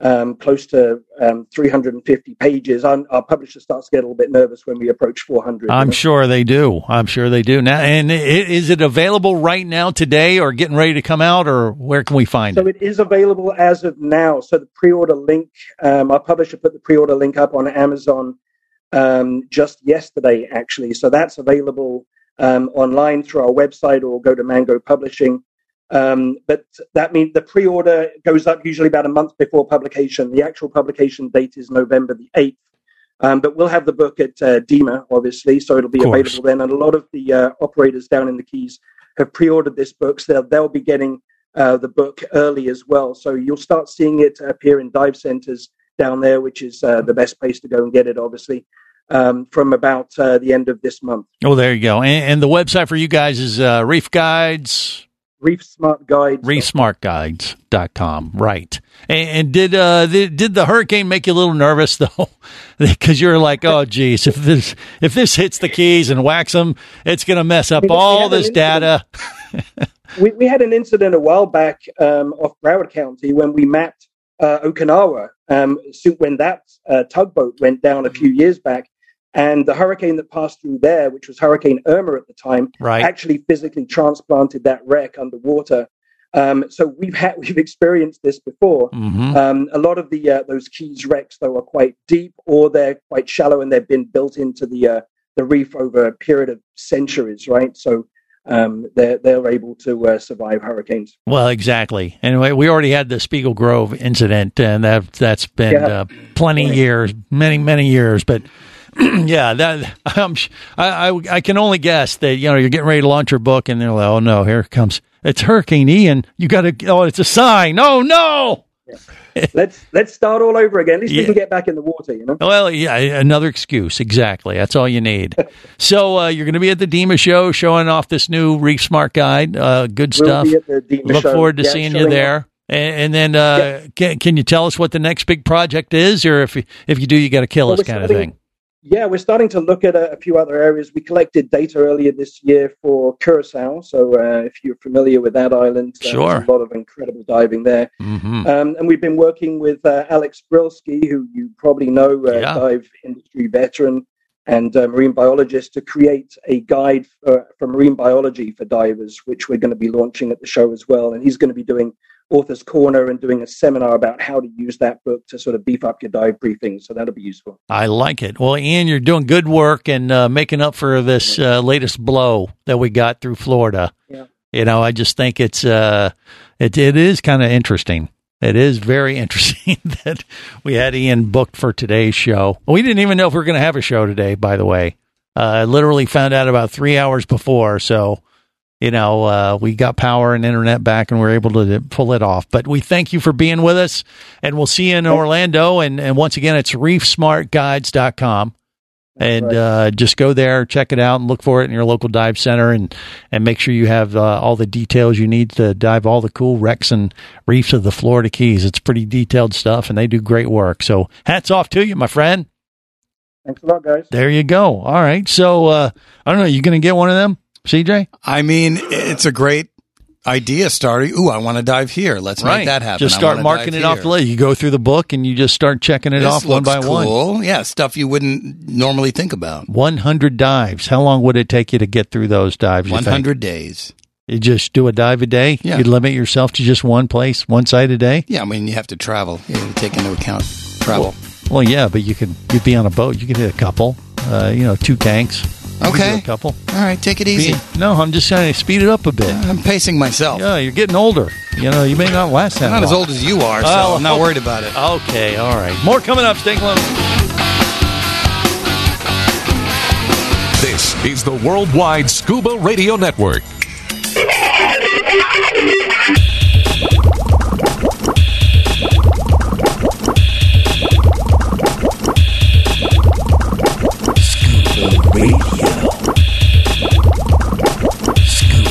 [SPEAKER 13] um, close to um, 350 pages. Our, our publisher starts to get a little bit nervous when we approach 400.
[SPEAKER 5] I'm sure they do. I'm sure they do now. And i- is it available right now today, or getting ready to come out, or where can we find it?
[SPEAKER 13] So it is available as of now. So the pre-order link, um, our publisher put the pre-order link up on Amazon um, just yesterday, actually. So that's available um, online through our website or go to Mango Publishing. Um, but that means the pre-order goes up usually about a month before publication. The actual publication date is November the eighth. Um, but we'll have the book at uh, DEMA, obviously, so it'll be
[SPEAKER 15] Of course.
[SPEAKER 13] available then. And a lot of the uh, operators down in the Keys have pre-ordered this book, so they'll, they'll be getting uh, the book early as well. So you'll start seeing it appear in dive centers down there, which is uh, the best place to go and get it, obviously, um, from about uh, the end of this month.
[SPEAKER 5] Oh, there you go. And, and the website for you guys is uh, Reef Guides.
[SPEAKER 13] Reef Smart Guides.
[SPEAKER 5] ReefSmartGuides.com. Right. And, and did uh, the, did the hurricane make you a little nervous though? Because you're like, oh, geez, if this if this hits the keys and whacks them, it's going to mess up
[SPEAKER 13] We- we
[SPEAKER 5] all
[SPEAKER 13] had an
[SPEAKER 5] this
[SPEAKER 13] incident.
[SPEAKER 5] data.
[SPEAKER 13] we, we had an incident a while back um, off Broward County when we mapped uh, Okinawa um, so when that uh, tugboat went down a few years back. And the hurricane that passed through there, which was Hurricane Irma at the time,
[SPEAKER 5] Right.
[SPEAKER 13] actually physically transplanted that wreck underwater. Um, so we've had we've experienced this before.
[SPEAKER 5] Mhm.
[SPEAKER 13] Um, a lot of the uh, those keys wrecks though are quite deep, or they're quite shallow, and they've been built into the uh, the reef over a period of centuries, right? So um, they're they're able to uh, survive hurricanes.
[SPEAKER 5] Well, exactly. Anyway, we already had the Spiegel Grove incident, and that that's been
[SPEAKER 13] Yeah.
[SPEAKER 5] uh, plenty years, many many years. But yeah, that I'm, sh- I, I I can only guess that you know you're getting ready to launch your book, and they're like, oh no, here it comes it's Hurricane Ian. You got to oh, it's a sign. Oh no.
[SPEAKER 13] let's let's start all over again. At least
[SPEAKER 5] Yeah.
[SPEAKER 13] we can get back in the water, you know.
[SPEAKER 5] Well, yeah, another excuse. Exactly. That's all you need. so uh, you're going to be at the DEMA show showing off this new Reef Smart Guide. Uh, good
[SPEAKER 13] We'll
[SPEAKER 5] stuff.
[SPEAKER 13] be at the DEMA
[SPEAKER 5] Look
[SPEAKER 13] show.
[SPEAKER 5] forward to
[SPEAKER 13] Yeah,
[SPEAKER 5] seeing you
[SPEAKER 13] showing off-
[SPEAKER 5] there. And, and then uh, can, can you tell us what the next big project is, or if you- if you do, you got to kill
[SPEAKER 13] Well,
[SPEAKER 5] us
[SPEAKER 13] we're
[SPEAKER 5] kind of
[SPEAKER 13] starting-
[SPEAKER 5] thing?
[SPEAKER 13] Yeah, we're starting to look at a, a few other areas. We collected data earlier this year for Curacao. So uh, if you're familiar with that island, uh, there's
[SPEAKER 5] Sure.
[SPEAKER 13] a lot of incredible diving there.
[SPEAKER 5] Mm-hmm.
[SPEAKER 13] Um, and we've been working with uh, Alex Brilski, who you probably know, uh,
[SPEAKER 5] Yeah.
[SPEAKER 13] dive industry veteran and uh, marine biologist, to create a guide for, for marine biology for divers, which we're going to be launching at the show as well. And he's going to be doing Author's Corner and doing a seminar about how to use that book to sort of beef up your dive briefing. So that'll be useful.
[SPEAKER 5] I like it. Well, Ian, you're doing good work and uh, making up for this uh, latest blow that we got through Florida.
[SPEAKER 13] Yeah.
[SPEAKER 5] You know, I just think it's uh, it it is kind of interesting. It is very interesting that we had Ian booked for today's show. We didn't even know if we were going to have a show today. By the way, uh, I literally found out about three hours before. So, you know, uh, we got power and internet back, and we are able to pull it off. But we thank you for being with us, and we'll see you in Orlando. And and once again, it's reefsmartguides.com. And uh, just go there, check it out, and look for it in your local dive center, and and make sure you have uh, all the details you need to dive all the cool wrecks and reefs of the Florida Keys. It's pretty detailed stuff, and they do great work. So hats off to you, my friend.
[SPEAKER 13] Thanks a lot, guys.
[SPEAKER 5] There you go. All right. So uh, I don't know. You going to get one of them, CJ?
[SPEAKER 14] I mean, it's a great idea starting. Ooh, I want to dive here. Let's make that happen.
[SPEAKER 5] Just
[SPEAKER 14] I
[SPEAKER 5] start
[SPEAKER 14] wanna
[SPEAKER 5] marking
[SPEAKER 14] dive
[SPEAKER 5] it off.
[SPEAKER 14] here.
[SPEAKER 5] the list. You go through the book and you just start checking it
[SPEAKER 14] This
[SPEAKER 5] off one
[SPEAKER 14] looks
[SPEAKER 5] by one.
[SPEAKER 14] cool. Yeah, stuff you wouldn't normally think about.
[SPEAKER 5] 100 dives. How long would it take you to get through those dives? you think?
[SPEAKER 14] 100 days.
[SPEAKER 5] You just do a dive a day?
[SPEAKER 14] Yeah.
[SPEAKER 5] You limit yourself to just one place, one site a day?
[SPEAKER 14] Yeah, I mean, you have to travel. You have to take into account travel.
[SPEAKER 5] Well, yeah, but you could you'd be on a boat. You could hit a couple, uh, you know, two tanks. You could
[SPEAKER 14] Okay.
[SPEAKER 5] do A couple.
[SPEAKER 14] All right, take it easy.
[SPEAKER 5] Be- No, I'm just trying to speed it up a bit.
[SPEAKER 14] I'm pacing myself.
[SPEAKER 5] Yeah, you're getting older. You know, you may not last that
[SPEAKER 14] I'm not as
[SPEAKER 5] long.
[SPEAKER 14] old as you are, so
[SPEAKER 5] Oh,
[SPEAKER 14] I'm not worried about it.
[SPEAKER 5] Okay, all right. More coming up. Stay close.
[SPEAKER 4] This is the Worldwide Scuba Radio Network.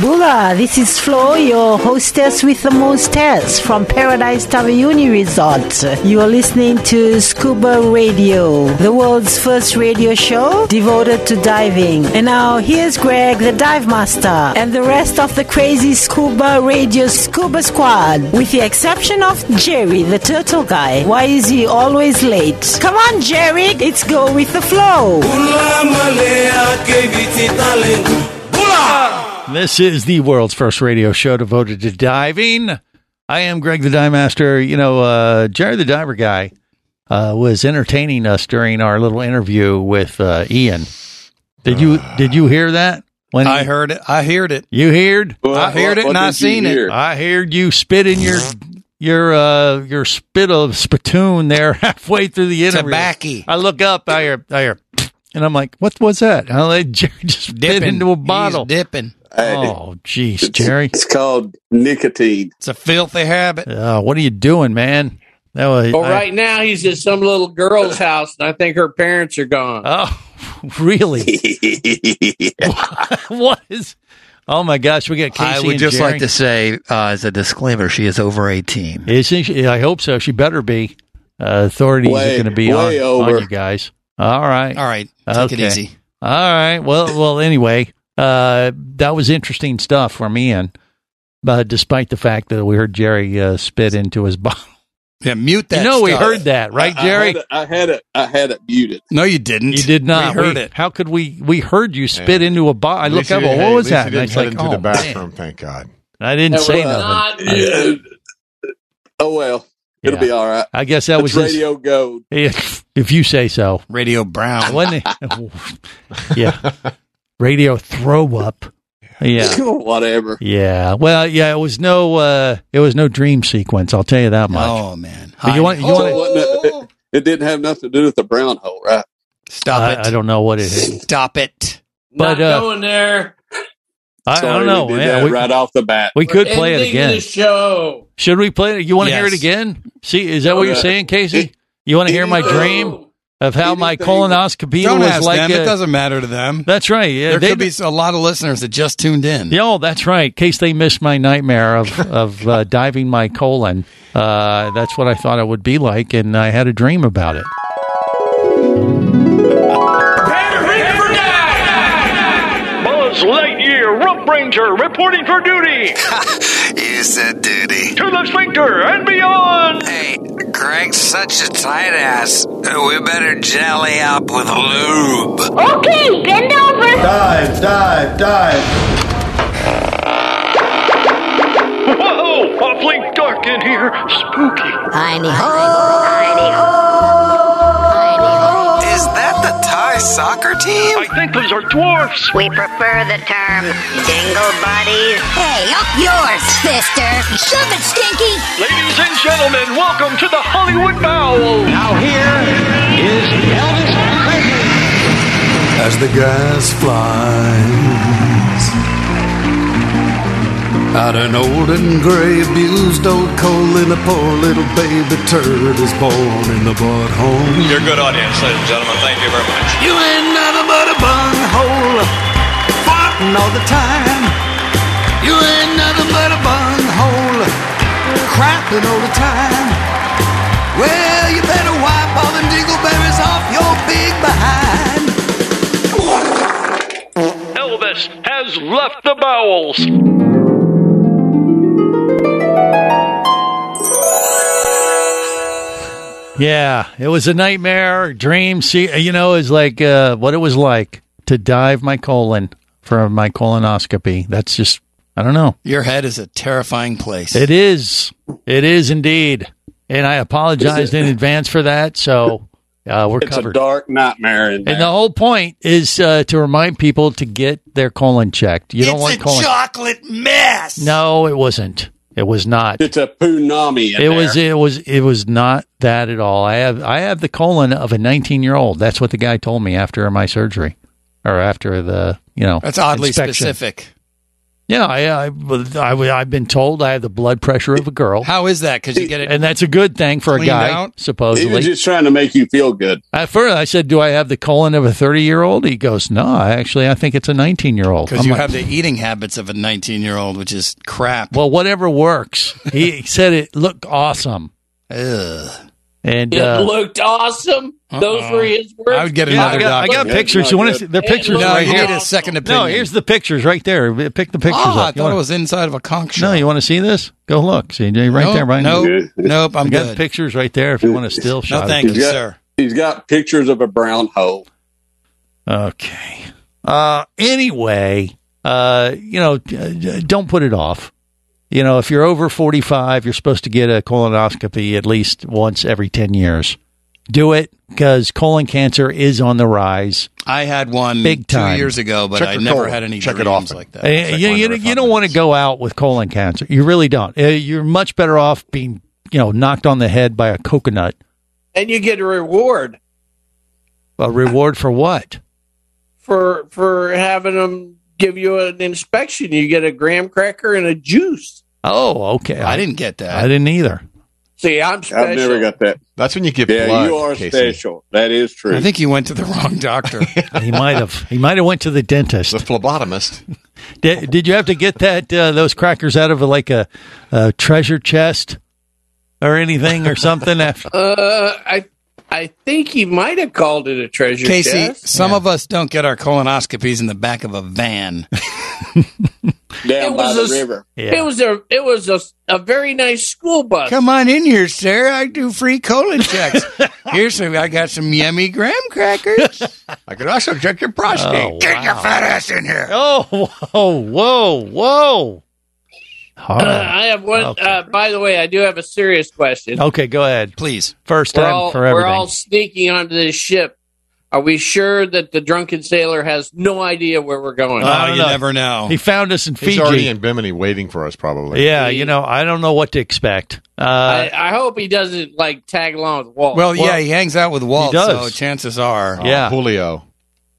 [SPEAKER 15] Bula, this is Flo, your hostess with the mostess from Paradise Tamayuni Resort. You are listening to Scuba Radio, the world's first radio show devoted to diving. And now here's Greg, the dive master, and the rest of the crazy Scuba Radio Scuba Squad, with the exception of Jerry, the turtle guy. Why is he always late? Come on, Jerry, it's go with the flow.
[SPEAKER 5] This is the world's first radio show devoted to diving. I am Greg the Dive Master. You know, uh, Jerry the Diver Guy uh, was entertaining us during our little interview with uh, Ian. Did you did you hear that? When
[SPEAKER 14] I
[SPEAKER 5] he-
[SPEAKER 14] heard it. I heard it.
[SPEAKER 5] you heard,
[SPEAKER 14] I heard it and I seen it.
[SPEAKER 5] I heard you spit in your your uh, your spit of spittoon there halfway through the interview.
[SPEAKER 14] Tobacco.
[SPEAKER 5] I look up, I hear, I hear, and I'm like, what was that? And I let Jerry just dip
[SPEAKER 14] Dipping.
[SPEAKER 5] into a bottle.
[SPEAKER 14] He's dipping.
[SPEAKER 5] Oh, jeez, Jerry.
[SPEAKER 16] It's called nicotine.
[SPEAKER 14] It's a filthy habit.
[SPEAKER 5] Oh, what are you doing, man? That was
[SPEAKER 7] Well, right now he's at some little girl's house, and I think her parents are gone.
[SPEAKER 5] Oh, really? what is? Oh my gosh, we got Casey.
[SPEAKER 17] I would
[SPEAKER 5] and
[SPEAKER 17] just
[SPEAKER 5] Jerry.
[SPEAKER 17] like to say, uh, as a disclaimer, she is over 18.
[SPEAKER 5] Is she? I hope so. She better be. Uh, authorities are
[SPEAKER 17] Way-
[SPEAKER 5] going to be on,
[SPEAKER 17] way
[SPEAKER 5] on
[SPEAKER 17] over.
[SPEAKER 5] you guys. All right.
[SPEAKER 14] All right. Take it easy.
[SPEAKER 5] All right. Well, well. Anyway, uh, that was interesting stuff from Ian. But despite the fact that we heard Jerry uh, spit into his bottle,
[SPEAKER 14] Yeah, mute that.
[SPEAKER 5] you know we
[SPEAKER 14] stuff.
[SPEAKER 5] heard that, right,
[SPEAKER 16] I-
[SPEAKER 5] Jerry?
[SPEAKER 16] I had it. I had it, I had it muted.
[SPEAKER 14] No, you didn't.
[SPEAKER 5] You did not.
[SPEAKER 14] We heard it.
[SPEAKER 5] How could we? We heard you spit
[SPEAKER 3] Yeah.
[SPEAKER 5] into a bottle. I
[SPEAKER 3] At
[SPEAKER 5] look
[SPEAKER 3] least you
[SPEAKER 5] up.
[SPEAKER 3] didn't-
[SPEAKER 5] Well,
[SPEAKER 3] at
[SPEAKER 5] what was
[SPEAKER 3] least you
[SPEAKER 5] that? And
[SPEAKER 3] didn't
[SPEAKER 5] it's
[SPEAKER 3] head
[SPEAKER 5] like,
[SPEAKER 3] into
[SPEAKER 5] oh,
[SPEAKER 3] the
[SPEAKER 5] man.
[SPEAKER 3] bathroom. Thank God.
[SPEAKER 5] I didn't
[SPEAKER 3] That was
[SPEAKER 5] say nothing.
[SPEAKER 7] Not muted.
[SPEAKER 16] Oh well, it'll
[SPEAKER 5] Yeah.
[SPEAKER 16] be all right.
[SPEAKER 5] I guess that
[SPEAKER 16] It's
[SPEAKER 5] was his-
[SPEAKER 16] radio gold.
[SPEAKER 5] If, if you say so.
[SPEAKER 14] Radio Brown.
[SPEAKER 5] Wasn't it? yeah. Radio throw up. Yeah.
[SPEAKER 16] Whatever.
[SPEAKER 5] Yeah. Well, yeah. It was no. uh It was no dream sequence. I'll tell you that much.
[SPEAKER 14] Oh man.
[SPEAKER 5] But you want? You
[SPEAKER 16] So it,
[SPEAKER 5] want?
[SPEAKER 16] wasn't- it, it didn't have nothing to do with the brown hole, right?
[SPEAKER 14] Stop
[SPEAKER 5] I,
[SPEAKER 14] it.
[SPEAKER 5] I don't know what it is.
[SPEAKER 14] Stop it.
[SPEAKER 5] But
[SPEAKER 7] Not
[SPEAKER 5] uh,
[SPEAKER 7] going there.
[SPEAKER 5] I, I
[SPEAKER 16] Sorry,
[SPEAKER 5] don't know.
[SPEAKER 16] We did
[SPEAKER 5] yeah,
[SPEAKER 16] that right off the bat.
[SPEAKER 5] we could play it again.
[SPEAKER 7] show.
[SPEAKER 5] Should we play it? You want to hear it
[SPEAKER 14] Yes.
[SPEAKER 5] again? See, is that what you're
[SPEAKER 14] Uh,
[SPEAKER 5] saying, Casey? You want to hear my dream of how my colonoscopy
[SPEAKER 14] Don't
[SPEAKER 5] was
[SPEAKER 14] ask
[SPEAKER 5] like?
[SPEAKER 14] them.
[SPEAKER 5] a-
[SPEAKER 14] it doesn't matter to them.
[SPEAKER 5] That's right. Yeah,
[SPEAKER 14] there
[SPEAKER 5] they-
[SPEAKER 14] could be a lot of listeners that just tuned in.
[SPEAKER 5] Yeah, oh, that's right. In case they missed my nightmare of of uh, diving my colon, uh, that's what I thought it would be like, and I had a dream about it.
[SPEAKER 1] Buzz Lightyear, Rope Ranger, reporting for duty.
[SPEAKER 18] you said duty.
[SPEAKER 1] To the sphincter and beyond.
[SPEAKER 18] Hey, Greg's such a tight ass. We better jelly up with lube.
[SPEAKER 10] Okay, bend over.
[SPEAKER 11] Dive, dive, dive.
[SPEAKER 1] Whoa, awfully dark in here. Spooky.
[SPEAKER 10] Tiny
[SPEAKER 18] Is that the Thai soccer team?
[SPEAKER 1] I think those are dwarfs.
[SPEAKER 10] We prefer the term dingle bodies. Hey, up yours, sister. Shove it, Stinky.
[SPEAKER 1] Ladies and gentlemen, welcome to the Hollywood Bowl. Now here is Elvis
[SPEAKER 6] As the gas flies
[SPEAKER 19] Out an old and gray, abused old coal, and a poor little baby turd is born in the bud home.
[SPEAKER 20] You're a good audience, ladies and gentlemen. Thank you very much.
[SPEAKER 19] You ain't nothing but a bun hole, farting all the time. You ain't nothing but a bun hole, crapping all the time. Well, you better wipe all them dingleberries off your big behind.
[SPEAKER 1] Elvis has left the bowels.
[SPEAKER 5] Yeah, it was a nightmare dream. See, you know, it's like uh, what it was like to dive my colon for my colonoscopy. That's just I don't know.
[SPEAKER 14] Your head is a terrifying place.
[SPEAKER 5] It is. It is indeed. And I apologized in advance for that. So uh, we're
[SPEAKER 16] it's
[SPEAKER 5] covered.
[SPEAKER 16] a dark nightmare. In
[SPEAKER 5] and the whole point is uh, to remind people to get their colon checked. You don't want colon.
[SPEAKER 14] chocolate mess.
[SPEAKER 5] no, it wasn't. It was not.
[SPEAKER 16] It's a punami. In
[SPEAKER 5] it
[SPEAKER 16] there.
[SPEAKER 5] was. It was. It was not that at all. I have. I have the colon of a 19 year old. That's what the guy told me after my surgery, or after the you know.
[SPEAKER 14] That's oddly
[SPEAKER 5] inspection.
[SPEAKER 14] specific.
[SPEAKER 5] Yeah, I, I, I, have been told I have the blood pressure of a girl.
[SPEAKER 14] How is that? Because you get it.
[SPEAKER 5] and that's a good thing for a
[SPEAKER 14] Cleaned
[SPEAKER 5] guy,
[SPEAKER 14] out?
[SPEAKER 16] He was
[SPEAKER 5] supposedly.
[SPEAKER 16] just trying to make you feel good.
[SPEAKER 5] At first, I said, "Do I have the colon of a thirty-year-old?" He goes, "No, I actually, I think it's a nineteen-year-old."
[SPEAKER 14] Because you have the eating habits of a 19 year old, which is crap.
[SPEAKER 5] well, whatever works. He said it looked awesome,
[SPEAKER 14] Ugh.
[SPEAKER 5] and
[SPEAKER 7] It
[SPEAKER 5] uh,
[SPEAKER 7] looked awesome. Those
[SPEAKER 14] Uh-oh.
[SPEAKER 7] were his words.
[SPEAKER 14] I would get
[SPEAKER 5] yeah, I
[SPEAKER 14] another
[SPEAKER 5] got, Uh-uh. I
[SPEAKER 14] doctor.
[SPEAKER 5] got
[SPEAKER 14] That's
[SPEAKER 5] pictures.
[SPEAKER 14] not
[SPEAKER 5] You want
[SPEAKER 14] good.
[SPEAKER 5] to? They're
[SPEAKER 14] It
[SPEAKER 5] pictures
[SPEAKER 14] looked
[SPEAKER 5] right here.
[SPEAKER 14] awesome. a second
[SPEAKER 5] No,
[SPEAKER 14] opinion.
[SPEAKER 5] here's the pictures right there. Pick the pictures
[SPEAKER 14] Ah,
[SPEAKER 5] up.
[SPEAKER 14] I
[SPEAKER 5] You
[SPEAKER 14] thought
[SPEAKER 5] wanna-
[SPEAKER 14] it was inside of a conch
[SPEAKER 5] No, you want to see this? Go look, CJ, right
[SPEAKER 14] Nope,
[SPEAKER 5] there, right
[SPEAKER 14] nope,
[SPEAKER 5] now.
[SPEAKER 14] nope, I'm
[SPEAKER 5] I got
[SPEAKER 14] good.
[SPEAKER 5] pictures right there. If you want a still shot, of
[SPEAKER 14] thank
[SPEAKER 5] it.
[SPEAKER 14] you,
[SPEAKER 16] got,
[SPEAKER 14] sir.
[SPEAKER 16] He's got pictures of a brown hole.
[SPEAKER 5] Okay. Uh, anyway, uh, you know, d- d- don't put it off. You know, if you're over 45, you're supposed to get a colonoscopy at least once every 10 years. Do it because colon cancer is on the rise.
[SPEAKER 14] I had one
[SPEAKER 5] Big time.
[SPEAKER 14] two years ago, but
[SPEAKER 5] Check
[SPEAKER 14] I
[SPEAKER 5] your
[SPEAKER 14] never
[SPEAKER 5] colon.
[SPEAKER 14] had any
[SPEAKER 5] Check it
[SPEAKER 14] dreams
[SPEAKER 5] often.
[SPEAKER 14] like that.
[SPEAKER 5] Uh, you, you, you don't want to go out with colon cancer. You really don't. Uh, You're much better off being, you know, knocked on the head by a coconut.
[SPEAKER 7] and you get a reward
[SPEAKER 5] A reward for what?
[SPEAKER 7] for for having them give you an inspection. You get a graham cracker and a juice.
[SPEAKER 5] Oh, okay.
[SPEAKER 14] I didn't get that.
[SPEAKER 5] I didn't either.
[SPEAKER 7] See, I'm special.
[SPEAKER 16] I've never got that.
[SPEAKER 3] That's when you give
[SPEAKER 16] yeah,
[SPEAKER 3] blood.
[SPEAKER 16] you are
[SPEAKER 3] Casey.
[SPEAKER 16] special. That is true.
[SPEAKER 14] I think you went to the wrong doctor.
[SPEAKER 5] He might have. He might have went to the dentist. The
[SPEAKER 3] phlebotomist.
[SPEAKER 5] Did, did you have to get that uh, those crackers out of like a, a treasure chest or anything or something? After
[SPEAKER 7] Uh, I I think he might have called it a treasure
[SPEAKER 14] Casey,
[SPEAKER 7] chest.
[SPEAKER 14] some of us don't get our colonoscopies in the back of a van.
[SPEAKER 16] down
[SPEAKER 7] it
[SPEAKER 16] by
[SPEAKER 7] was
[SPEAKER 16] the
[SPEAKER 7] a s-
[SPEAKER 16] river.
[SPEAKER 7] It was a it was a, a very nice school bus.
[SPEAKER 14] Come on in here, sir. I do free colon checks. Here's some. I got some yummy graham crackers. I could also check your prostate.
[SPEAKER 5] Oh,
[SPEAKER 14] Get your
[SPEAKER 5] wow.
[SPEAKER 14] fat ass in here.
[SPEAKER 5] oh, whoa, whoa, whoa! All
[SPEAKER 7] Uh,
[SPEAKER 5] right.
[SPEAKER 7] I have one.
[SPEAKER 5] Okay.
[SPEAKER 7] Uh, by the way, I do have a serious question.
[SPEAKER 5] okay, go ahead,
[SPEAKER 14] please.
[SPEAKER 5] First
[SPEAKER 7] We're
[SPEAKER 5] time
[SPEAKER 7] all,
[SPEAKER 5] for
[SPEAKER 7] we're
[SPEAKER 5] everything.
[SPEAKER 7] all sneaking onto this ship. Are we sure that the drunken sailor has no idea where we're going?
[SPEAKER 14] Oh, you never know.
[SPEAKER 5] he found us in
[SPEAKER 3] He's
[SPEAKER 5] Fiji.
[SPEAKER 3] already in Bimini waiting for us, probably.
[SPEAKER 5] yeah, you know, I don't know what to expect. Uh,
[SPEAKER 7] I, I hope he doesn't like tag along with Walt.
[SPEAKER 14] Well, yeah, he hangs out with Walt,
[SPEAKER 5] does.
[SPEAKER 14] so chances are. uh,
[SPEAKER 5] Yeah.
[SPEAKER 3] Julio.